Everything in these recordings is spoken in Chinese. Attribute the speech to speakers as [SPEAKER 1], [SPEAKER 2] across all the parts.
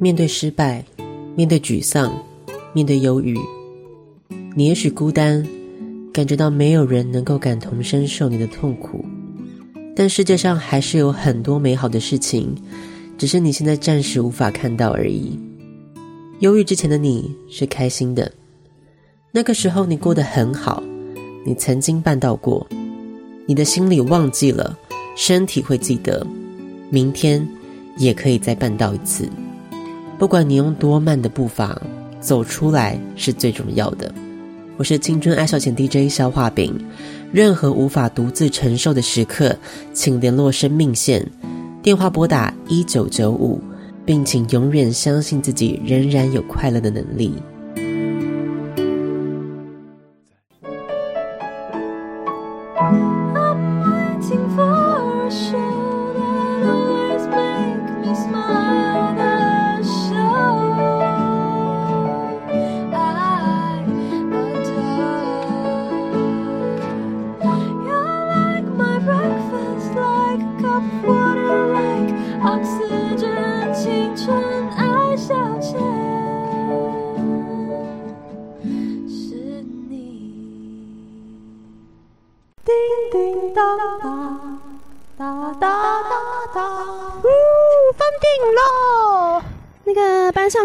[SPEAKER 1] 面对失败，面对沮丧，面对忧郁，你也许孤单，感觉到没有人能够感同身受你的痛苦，但世界上还是有很多美好的事情，只是你现在暂时无法看到而已。忧郁之前的你是开心的，那个时候你过得很好，你曾经办到过，你的心里忘记了，身体会记得，明天也可以再办到一次。不管你用多慢的步伐走出来是最重要的。我是青春爱消遣 DJ 肖画饼，任何无法独自承受的时刻，请联络生命线，电话拨打一九九五。并请永远相信自己仍然有快乐的能力。
[SPEAKER 2] 哎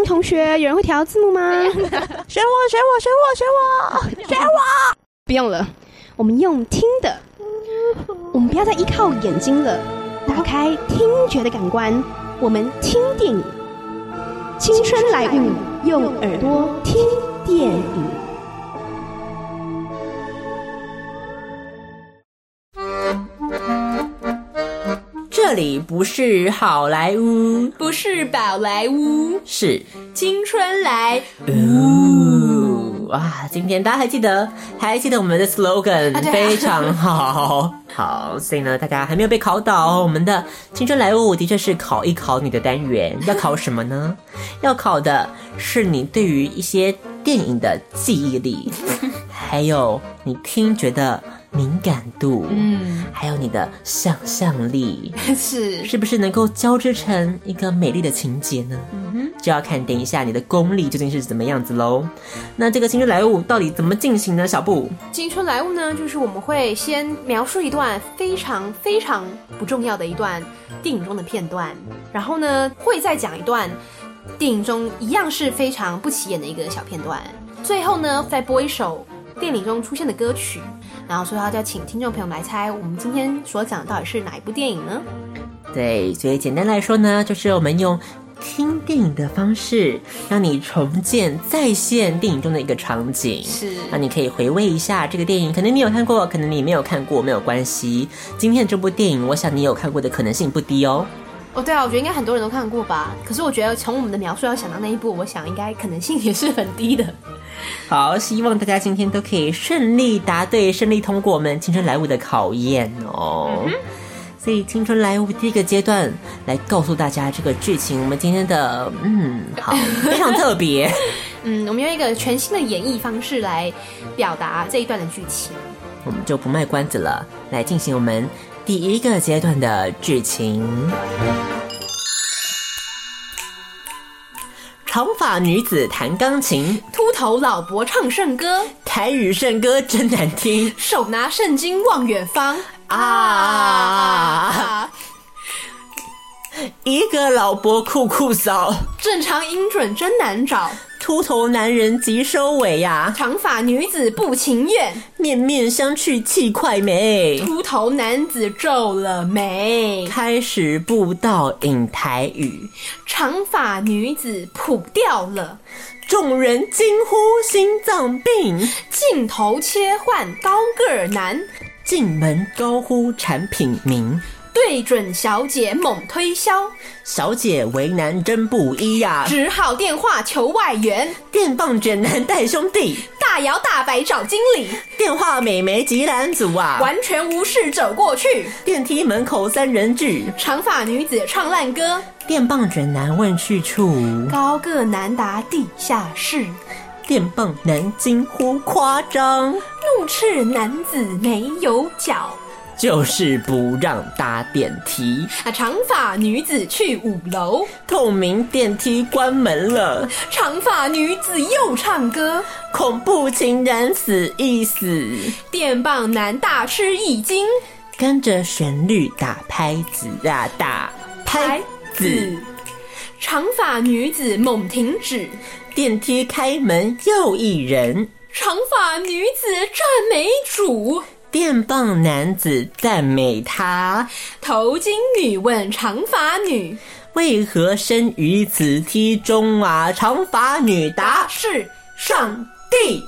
[SPEAKER 2] 同学，有人会调字幕吗？ 选我，选我，选我，选我，选我！不用了，我们用听的，我们不要再依靠眼睛了，打开听觉的感官，我们听电影。青春来物，用耳朵听电影。
[SPEAKER 3] 这里不是好莱坞，
[SPEAKER 4] 不是宝莱坞，
[SPEAKER 3] 是
[SPEAKER 4] 青春来嗯
[SPEAKER 3] 呜！哇，今天大家还记得，还记得我们的 slogan、
[SPEAKER 4] 啊啊、
[SPEAKER 3] 非常 好，好，所以呢，大家还没有被考倒哦。我们的青春来物的确是考一考你的单元，要考什么 呢？要考的是你对于一些电影的记忆 力，还有你听觉的。敏感度，嗯，还有你的想象力，
[SPEAKER 4] 是
[SPEAKER 3] 是不是能够交织成一个美丽的情节呢？嗯哼，就要看等一下你的功力究竟是怎么样子喽。那这个青春来物到底怎么进行呢？小布，
[SPEAKER 4] 青春来物呢，就是我们会先描述一段非常非常不重要的一段电影中的片段，然后呢，会再讲一段电影中一样是非常不起眼的一个小片段，最后呢，再播一首电影中出现的歌曲。然后，所以要就请听众朋友们来猜，我们今天所讲到底是哪一部电影呢？
[SPEAKER 3] 对，所以简单来说呢，就是我们用听电影的方式，让你重建、再现电影中的一个场景，
[SPEAKER 4] 是
[SPEAKER 3] 让你可以回味一下这个电影。可能你有看过，可能你没有看过，没有关系。今天的这部电影，我想你有看过的可能性不低哦。
[SPEAKER 4] 哦，对啊，我觉得应该很多人都看过吧。可是我觉得从我们的描述要想到那一步，我想应该可能性也是很低的。
[SPEAKER 3] 好，希望大家今天都可以顺利答对，顺利通过我们青春来物的考验哦。嗯、所以青春来物第一个阶段来告诉大家这个剧情，我们今天的嗯，好，非常特别。
[SPEAKER 4] 嗯，我们用一个全新的演绎方式来表达这一段的剧情。
[SPEAKER 3] 我们就不卖关子了，来进行我们第一个阶段的剧情。长发女子弹钢琴，
[SPEAKER 4] 秃头老伯唱圣歌，
[SPEAKER 3] 台语圣歌真难听。
[SPEAKER 4] 手拿圣经望远方啊！啊
[SPEAKER 3] 一个老伯酷酷骚，
[SPEAKER 4] 正常音准真难找。
[SPEAKER 3] 秃头男人急收尾呀、
[SPEAKER 4] 啊，长发女子不情愿，
[SPEAKER 3] 面面相觑气快没。
[SPEAKER 4] 秃头男子皱了眉，
[SPEAKER 3] 开始布道引台语，
[SPEAKER 4] 长发女子谱掉了，
[SPEAKER 3] 众人惊呼心脏病。
[SPEAKER 4] 镜头切换高个儿男，
[SPEAKER 3] 进门高呼产品名。
[SPEAKER 4] 对准小姐猛推销，
[SPEAKER 3] 小姐为难真不易呀、啊，
[SPEAKER 4] 只好电话求外援。
[SPEAKER 3] 电棒卷男带兄弟，
[SPEAKER 4] 大摇大摆找经理，
[SPEAKER 3] 电话美眉急拦阻啊，
[SPEAKER 4] 完全无视走过去。
[SPEAKER 3] 电梯门口三人聚，
[SPEAKER 4] 长发女子唱烂歌，
[SPEAKER 3] 电棒卷男问去处，
[SPEAKER 4] 高个男达地下室。
[SPEAKER 3] 电棒男惊呼夸张，
[SPEAKER 4] 怒斥男子没有脚。
[SPEAKER 3] 就是不让搭电梯，
[SPEAKER 4] 啊，长发女子去五楼，
[SPEAKER 3] 透明电梯关门了，
[SPEAKER 4] 长发女子又唱歌，
[SPEAKER 3] 恐怖情人死一死，
[SPEAKER 4] 电棒男大吃一惊，
[SPEAKER 3] 跟着旋律打拍子啊，打拍子，，
[SPEAKER 4] 长发女子猛停止，
[SPEAKER 3] 电梯开门又一人，
[SPEAKER 4] 长发女子赞美主。
[SPEAKER 3] 电棒男子赞美他，
[SPEAKER 4] 头巾女问长发女
[SPEAKER 3] 为何身于此梯中啊？长发女答：
[SPEAKER 4] 是
[SPEAKER 3] 上帝。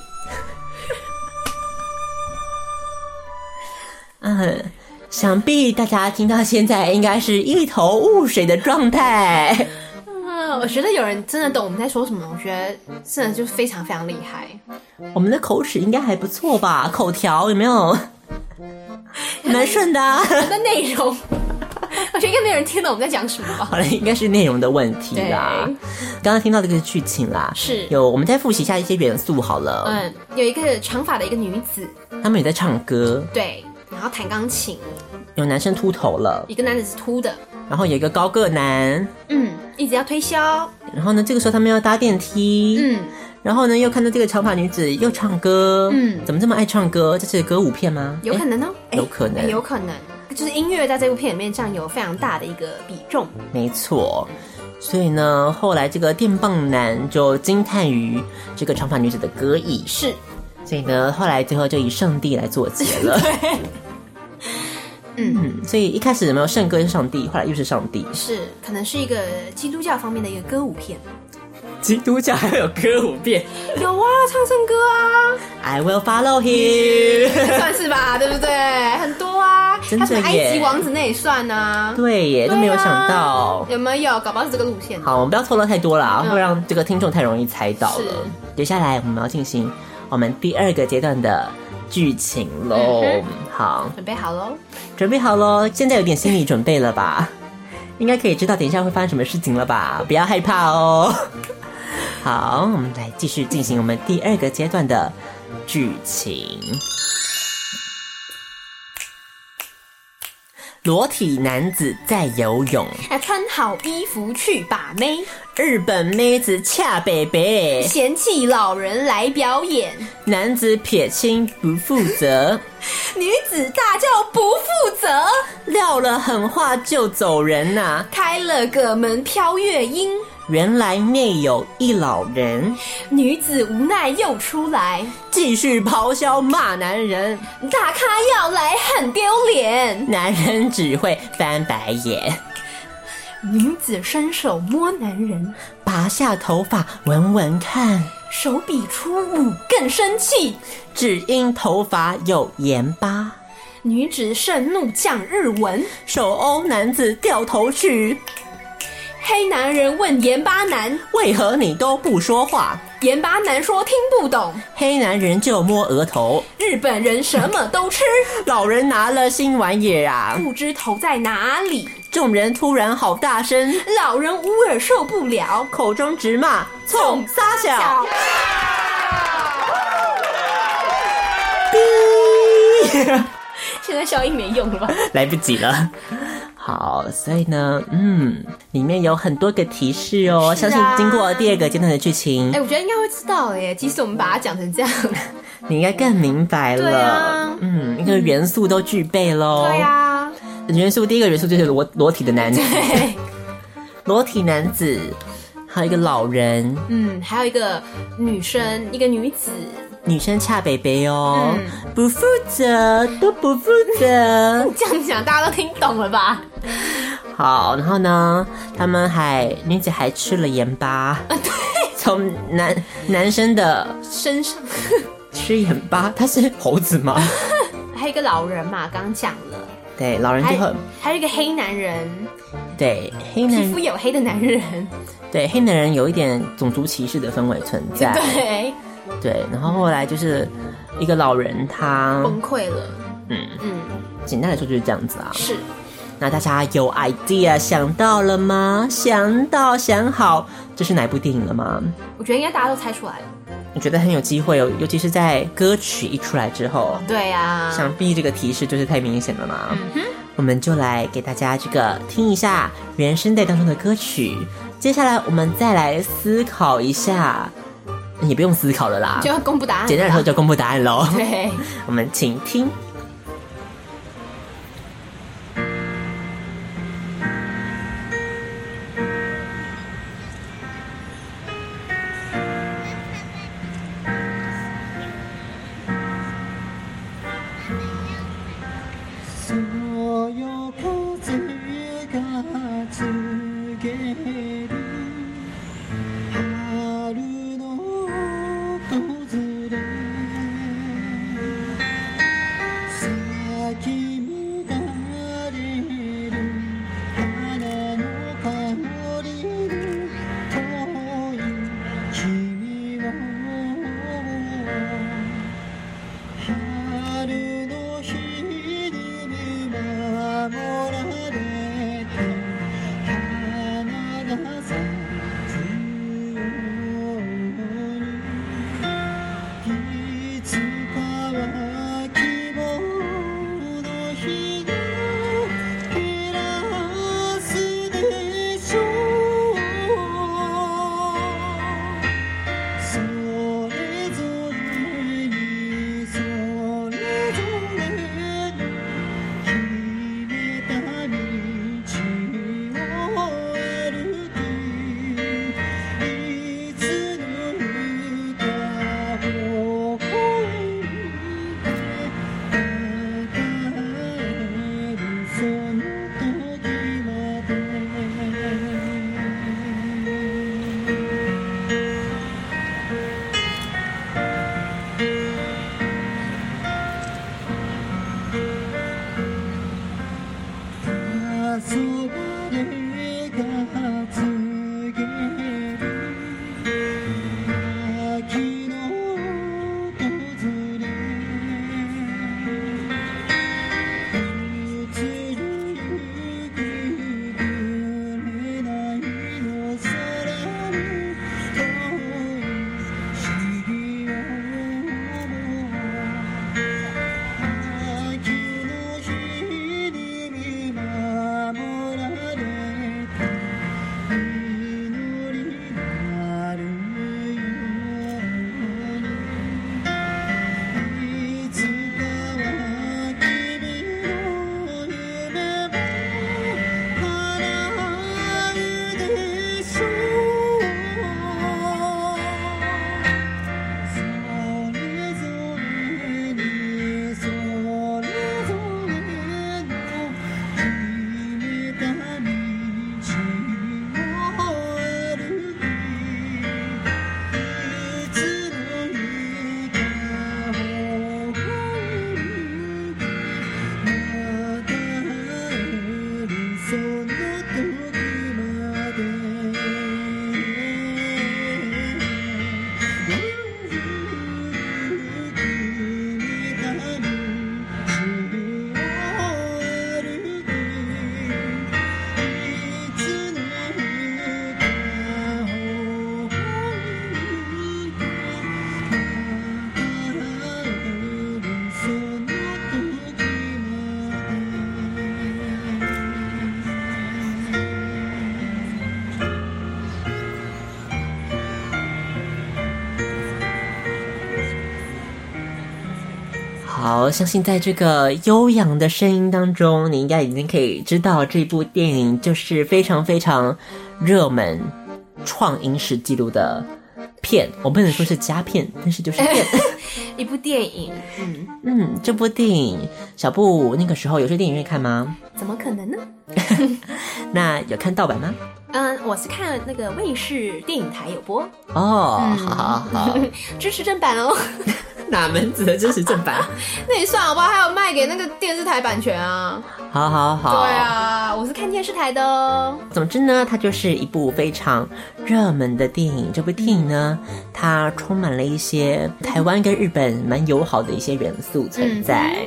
[SPEAKER 3] 嗯，想必大家听到现在应该是一头雾水的状态。
[SPEAKER 4] 啊，我觉得有人真的懂我们在说什么，我觉得真的就非常非常厉害。
[SPEAKER 3] 我们的口齿应该还不错吧？口条有没 有？蛮顺的、啊。
[SPEAKER 4] 我们的内容， 我觉得应该没有人听懂我们在讲什么吧？
[SPEAKER 3] 好了，应该是内容的问题啦
[SPEAKER 4] 对。
[SPEAKER 3] 刚刚听到这个剧情啦，
[SPEAKER 4] 是
[SPEAKER 3] 有我们再复习一下一些元素好了。
[SPEAKER 4] 嗯，有一个长发的一个女子，
[SPEAKER 3] 他们也在唱歌，
[SPEAKER 4] 对，然后弹钢琴，
[SPEAKER 3] 有男生秃头了，
[SPEAKER 4] 一个男子是秃的，
[SPEAKER 3] 然后有一个高个男，
[SPEAKER 4] 嗯，一直要推销，
[SPEAKER 3] 然后呢，这个时候他们要搭电梯，，
[SPEAKER 4] 嗯，
[SPEAKER 3] 然后呢又看到这个长发女子又唱歌，
[SPEAKER 4] 嗯
[SPEAKER 3] 怎么这么爱唱歌？这是歌舞片吗？
[SPEAKER 4] 有可能哦，
[SPEAKER 3] 诶有可能
[SPEAKER 4] 诶有可能，就是音乐在这部片里面占有非常大的一个比重。
[SPEAKER 3] 诶没错。所以呢，后来这个电棒男就惊叹于这个长发女子的歌艺，
[SPEAKER 4] 是，
[SPEAKER 3] 所以呢，后来最后就以上帝来作结 了。
[SPEAKER 4] 对，嗯，
[SPEAKER 3] 嗯所以一开始有没有圣歌是上帝，后来又是上帝。
[SPEAKER 4] 是，可能是一个基督教方面的一个歌舞片。
[SPEAKER 3] 基督教还会有歌舞变
[SPEAKER 4] 有啊，唱圣歌啊，
[SPEAKER 3] ，I will follow him。
[SPEAKER 4] 算是吧，对不对？很多啊，
[SPEAKER 3] 真
[SPEAKER 4] 他
[SPEAKER 3] 的
[SPEAKER 4] 什么埃及
[SPEAKER 3] 耶
[SPEAKER 4] 王子那也算啊，
[SPEAKER 3] 对耶，都没有想到。
[SPEAKER 4] 有没有？搞不好是这个路线。
[SPEAKER 3] 好，我们不要透露太多了啊，
[SPEAKER 4] 嗯
[SPEAKER 3] 会让这个听众太容易猜到了。接下来我们要进行我们第二个阶段的剧情喽。
[SPEAKER 4] 嗯
[SPEAKER 3] 好，
[SPEAKER 4] 准备好喽，
[SPEAKER 3] 准备好喽，现在有点心理准备了吧？ 应该可以知道等一下会发生什么事情了吧？不要害怕哦。 好，我们来继续进行我们第二个阶段的剧情。裸体男子在游泳，
[SPEAKER 4] 哎，穿好衣服去把妹，
[SPEAKER 3] 日本妹子恰北北，
[SPEAKER 4] 嫌弃老人来表演，
[SPEAKER 3] 男子撇清不负责，
[SPEAKER 4] 女子大叫不负责，
[SPEAKER 3] 撂了狠话就走人呐、
[SPEAKER 4] 开了个门飘月音，
[SPEAKER 3] 原来内有一老人，
[SPEAKER 4] 女子无奈又出来，
[SPEAKER 3] 继续咆哮骂男人，
[SPEAKER 4] 大咖要来很丢脸，
[SPEAKER 3] 男人只会翻白眼，
[SPEAKER 4] 女子伸手摸男人，
[SPEAKER 3] 拔下头发闻闻看，
[SPEAKER 4] 手比出舞更生气，
[SPEAKER 3] 只因头发有盐巴。
[SPEAKER 4] 女子盛怒讲日文，
[SPEAKER 3] 手欧男子掉头去，
[SPEAKER 4] 黑男人问盐巴男，
[SPEAKER 3] 为何你都不说话？
[SPEAKER 4] 盐巴男说听不懂，
[SPEAKER 3] 黑男人就摸额头，
[SPEAKER 4] 日本人什么 都吃，
[SPEAKER 3] 老人拿了新玩意儿啊！
[SPEAKER 4] 不知头在哪里。
[SPEAKER 3] 众人突然好大声，
[SPEAKER 4] 老人无耳受不了，
[SPEAKER 3] 口中直骂冲撒小。
[SPEAKER 4] 现在消音没用了吧？
[SPEAKER 3] 来不及了。 好，所以呢，嗯，里面有很多个提示哦，
[SPEAKER 4] 是啊
[SPEAKER 3] 相信经过第二个阶段的剧情，
[SPEAKER 4] 哎、我觉得应该会知道耶。即使我们把它讲成这样，
[SPEAKER 3] 你应该更明白了。
[SPEAKER 4] 对啊
[SPEAKER 3] 嗯，一个元素都具备喽。
[SPEAKER 4] 对呀、
[SPEAKER 3] 元素第一个元素就是裸裸体的男子，
[SPEAKER 4] 对，
[SPEAKER 3] 裸体男子，还有一个老人，
[SPEAKER 4] 嗯，还有一个女生，一个女子，
[SPEAKER 3] 女生恰北北哦，
[SPEAKER 4] 嗯
[SPEAKER 3] 不负责，都不负责。
[SPEAKER 4] 这样讲大家都听懂了吧？
[SPEAKER 3] 好，然后呢，他们还女子还吃了盐
[SPEAKER 4] 啊
[SPEAKER 3] 巴， 从男男生的
[SPEAKER 4] 身上
[SPEAKER 3] 吃盐巴，他是猴子吗？
[SPEAKER 4] 还有一个老人嘛，刚刚讲了，
[SPEAKER 3] 对，老人
[SPEAKER 4] 还
[SPEAKER 3] 就很
[SPEAKER 4] 还有一个黑男人，
[SPEAKER 3] 对黑男
[SPEAKER 4] 皮肤黝黑的男人，
[SPEAKER 3] 对黑男人有一点种族歧视的氛围存在，
[SPEAKER 4] 对，
[SPEAKER 3] 对然后后来就是一个老人他，
[SPEAKER 4] 崩溃了，
[SPEAKER 3] 嗯，
[SPEAKER 4] 嗯，
[SPEAKER 3] 简单来说就是这样子啊。
[SPEAKER 4] 是
[SPEAKER 3] 那大家有 idea 想到了吗？想到想好，这是哪一部电影了吗？
[SPEAKER 4] 我觉得应该大家都猜出来了。
[SPEAKER 3] 我觉得很有机会哦，尤其是在歌曲一出来之后，
[SPEAKER 4] 对啊嗯呀、
[SPEAKER 3] 想必这个提示就是太明显了嘛。我们就来给大家这个听一下原声带当中的歌曲，接下来我们再来思考一下，也不用思考了啦，
[SPEAKER 4] 就要公布答案了。
[SPEAKER 3] 简单来说就公布答案喽。
[SPEAKER 4] 对，
[SPEAKER 3] 我们请听。
[SPEAKER 5] 所有苦涩が告げる春の訪れ咲き乱れる花の香りに遠い君を春の日に守られて花が咲くようにいつかは希望の日が照らすでしょうそれぞれにそれぞれに決めた道を歩きいつの日かここへ来て抱えるその時まで「そばでが告げる」「秋の訪れ」「移りゆく暮れない夜空に遠い日々を」秋の日に見守られた祈りなるようにいつかは君の夢も叶うでしょうそれぞれにそれぞれに決めた道を歩きいつの日かを変えるまた会えるその時まで
[SPEAKER 3] 好，相信在这个悠扬的声音当中，你应该已经可以知道这部电影就是非常非常热门、创影史记录的片。我不能说是佳片，但是就是 片。
[SPEAKER 4] 一部电影，嗯，
[SPEAKER 3] 嗯，这部电影小布那个时候有去电影院看吗？
[SPEAKER 4] 怎么可能呢？
[SPEAKER 3] 那有看盗版吗？
[SPEAKER 4] 嗯，我是看那个卫视电影台有播，嗯
[SPEAKER 3] 哦，好好好，
[SPEAKER 4] 支持正 版哦。
[SPEAKER 3] 哪门子的真实正版？
[SPEAKER 4] 那也算好不好？还有卖给那个电视台版权啊。
[SPEAKER 3] 好好好，
[SPEAKER 4] 对。啊，我是看电视台的哦。
[SPEAKER 3] 总之呢，它就是一部非常热门的电影。这部电影呢，它充满了一些台湾跟日本蛮友好的一些元素存在，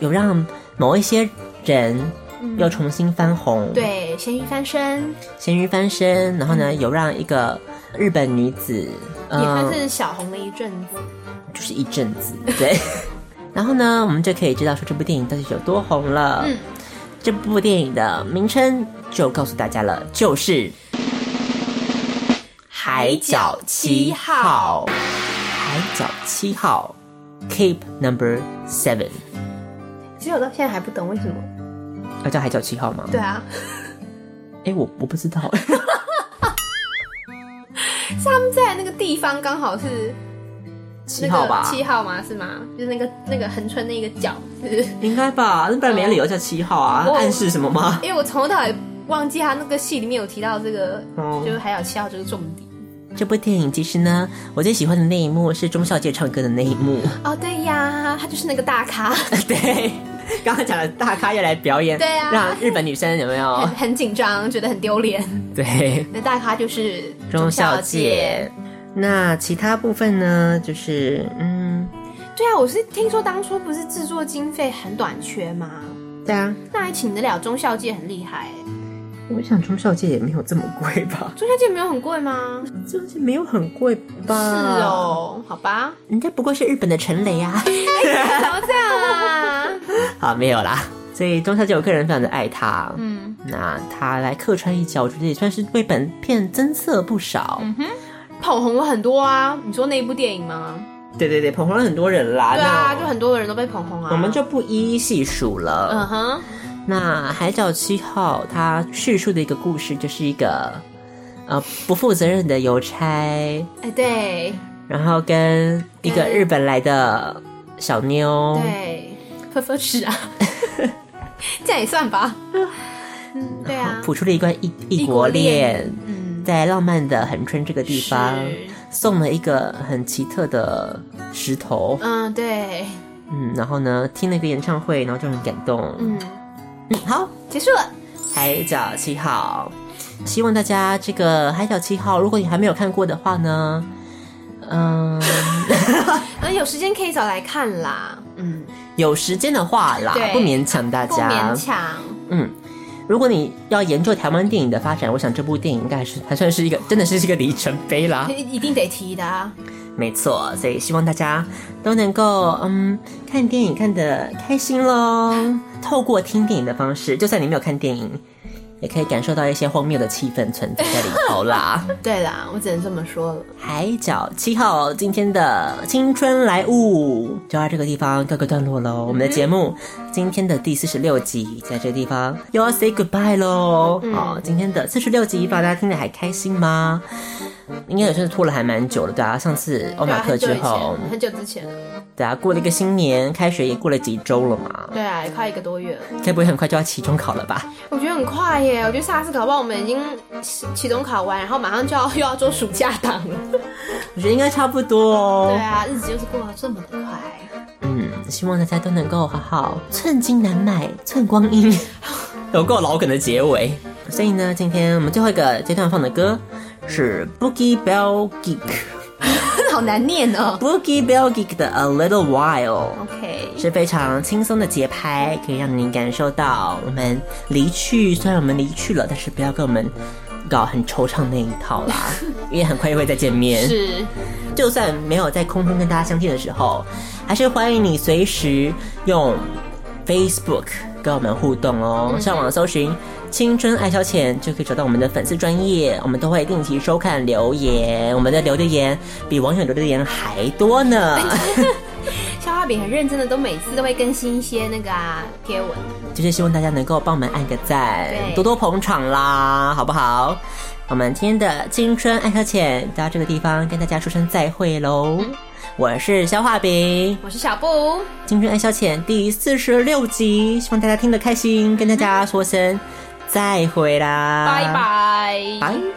[SPEAKER 3] 有让某一些人又
[SPEAKER 4] 嗯
[SPEAKER 3] 重新翻红，，
[SPEAKER 4] 对，咸鱼翻身，
[SPEAKER 3] 咸鱼翻身，然后呢，有让一个日本女子，嗯、
[SPEAKER 4] 也算是小红了一阵子。
[SPEAKER 3] 就是一阵子， 对。然后呢，我们就可以知道说这部电影到底有多红了。
[SPEAKER 4] 嗯，
[SPEAKER 3] 这部电影的名称就告诉大家了，就是《海角七号》。海角七号，Cape Number Seven，
[SPEAKER 4] 其实我到现在还不懂为什么。
[SPEAKER 3] 要叫海角七号吗？
[SPEAKER 4] 对啊，
[SPEAKER 3] 哎，我我不知 道。
[SPEAKER 4] 是他们在那个地方刚好是
[SPEAKER 3] 七
[SPEAKER 4] 那
[SPEAKER 3] 号吧
[SPEAKER 4] 个，七号吗？是吗？就是那个那个横春那个角，是不是？
[SPEAKER 3] 应该吧？那不然没理由叫七号啊？
[SPEAKER 4] 哦
[SPEAKER 3] 暗示什么吗？
[SPEAKER 4] 因为我从头到尾忘记他那个戏里面有提到这个，
[SPEAKER 3] 哦
[SPEAKER 4] 就是还有七号这个重点。
[SPEAKER 3] 这部电影其实呢，我最喜欢的那一幕是钟小姐唱歌的那一幕。
[SPEAKER 4] 哦，对呀，他就是那个大咖，
[SPEAKER 3] 对，刚刚讲的大咖要来表演，
[SPEAKER 4] 对啊
[SPEAKER 3] 让日本女生有没有
[SPEAKER 4] 很？很紧张，觉得很丢脸。
[SPEAKER 3] 对，
[SPEAKER 4] 那大咖就是
[SPEAKER 3] 钟小姐。那其他部分呢？就是嗯，
[SPEAKER 4] 对啊，我是听说当初不是制作经费很短缺吗？
[SPEAKER 3] 对啊，
[SPEAKER 4] 那还请得了钟小姐，很厉害欸。
[SPEAKER 3] 我想钟小姐也没有这么贵 吧？
[SPEAKER 4] 钟小姐没有很贵吗？
[SPEAKER 3] 钟小姐没有很贵吧？
[SPEAKER 4] 是，哦，好吧，
[SPEAKER 3] 人家不过是日本的陈雷啊。
[SPEAKER 4] 怎么这样啊？
[SPEAKER 3] 好，没有啦。所以钟小姐，我个人非常的爱她。
[SPEAKER 4] 嗯，
[SPEAKER 3] 那她来客串一角，我觉得也算是为本片增色不少。
[SPEAKER 4] 捧红了很多啊！你说那一部电影吗？
[SPEAKER 3] 对对对，捧红了很多人啦。
[SPEAKER 4] 对啊，
[SPEAKER 3] 那
[SPEAKER 4] 就很多人都被捧红啊。
[SPEAKER 3] 我们就不一一细数了。
[SPEAKER 4] 嗯哼，
[SPEAKER 3] 那《海角七号》它叙述的一个故事，就是一个呃不负责任的邮差，
[SPEAKER 4] 哎，对
[SPEAKER 3] 然后跟一个
[SPEAKER 4] 对
[SPEAKER 3] 日本来的小妞，
[SPEAKER 4] 对，呵呵 是啊，这样也算吧。嗯，对 啊，
[SPEAKER 3] 谱出了一段异异
[SPEAKER 4] 异
[SPEAKER 3] 国
[SPEAKER 4] 国
[SPEAKER 3] 恋
[SPEAKER 4] 恋，嗯，
[SPEAKER 3] 在浪漫的恒春这个地方
[SPEAKER 4] 是
[SPEAKER 3] 送了一个很奇特的石头，
[SPEAKER 4] 嗯，对，
[SPEAKER 3] 嗯，然后呢听了一个演唱会，然后就很感动，
[SPEAKER 4] 嗯，
[SPEAKER 3] 嗯，好，
[SPEAKER 4] 结束了。
[SPEAKER 3] 海角七号，希望大家这个海角七号，如果你还没有看过的话呢，嗯、
[SPEAKER 4] 嗯，有时间可以找来看啦。嗯，
[SPEAKER 3] 有时间的话啦，
[SPEAKER 4] 对
[SPEAKER 3] 不勉强大
[SPEAKER 4] 不勉
[SPEAKER 3] 家。
[SPEAKER 4] 强。
[SPEAKER 3] 嗯，如果你要研究台湾电影的发展，我想这部电影应该还是还算是一个，真的是一个里程碑啦。
[SPEAKER 4] 一定得提 的、啊，
[SPEAKER 3] 没错，所以希望大家都能够嗯看电影看得开心喽。透过听电影的方式，就算你没有看电影，也可以感受到一些荒谬的气氛存在在里头啦。
[SPEAKER 4] 对啦，我只能这么说了。
[SPEAKER 3] 海角七号今天的青春来物就到这个地方告个段落喽。我们的节目今天的第四十六集在这个地方又要 say goodbye 喽。
[SPEAKER 4] 嗯
[SPEAKER 3] 哦，今天的四十六集，不知道大家听得还开心吗？应该也算是拖了还蛮久了，对啊，上次欧
[SPEAKER 4] 对
[SPEAKER 3] 马
[SPEAKER 4] 啊，
[SPEAKER 3] 克
[SPEAKER 4] 很久
[SPEAKER 3] 之
[SPEAKER 4] 以
[SPEAKER 3] 后，
[SPEAKER 4] 前，很久之前了。
[SPEAKER 3] 对啊，过了一个新年，开学也过了几周了嘛，
[SPEAKER 4] 对啊，也快一个多月了。
[SPEAKER 3] 该不会很快就要期中考了吧？
[SPEAKER 4] 我觉得很快耶，我觉得下次考不好我们已经期中考完，然后马上就要 又要做暑假档了。
[SPEAKER 3] 我觉得应该差不多哦。
[SPEAKER 4] 对啊，日子就是过得这么的快。
[SPEAKER 3] 嗯，希望大家都能够好好寸金难买寸光阴， 有够老梗的结尾。所以呢，今天我们最后一个阶段放的歌是 Boogie Bell Geek，Boogie
[SPEAKER 4] 好难念哦。
[SPEAKER 3] Bell Geek 的 A Little While，
[SPEAKER 4] OK，
[SPEAKER 3] 是非常轻松的节拍，可以让你感受到我们离去，虽然我们离去了，但是不要跟我们搞很惆怅那一套 啦，因为很快又会再见面。
[SPEAKER 4] 是
[SPEAKER 3] 就算没有在空中跟大家相见的时候，还是欢迎你随时用 Facebook 跟我们互动哦。上网搜寻“青春爱消遣”就可以找到我们的粉丝专业，我们都会定期收看留言，我们的留的言比网友留的言还多呢。
[SPEAKER 4] 消化饼很认真的，都每次都会更新一些那个啊贴文。
[SPEAKER 3] 就是希望大家能够帮我们按个赞，
[SPEAKER 4] 对
[SPEAKER 3] 多多捧场啦，好不好？我们今天的青春爱消遣到这个地方跟大家说声再会喽。我是肖画饼，
[SPEAKER 4] 我是小布，
[SPEAKER 3] 青春爱消遣第四十六集，希望大家听得开心，跟大家说声再会啦，
[SPEAKER 4] 拜拜。
[SPEAKER 3] 拜。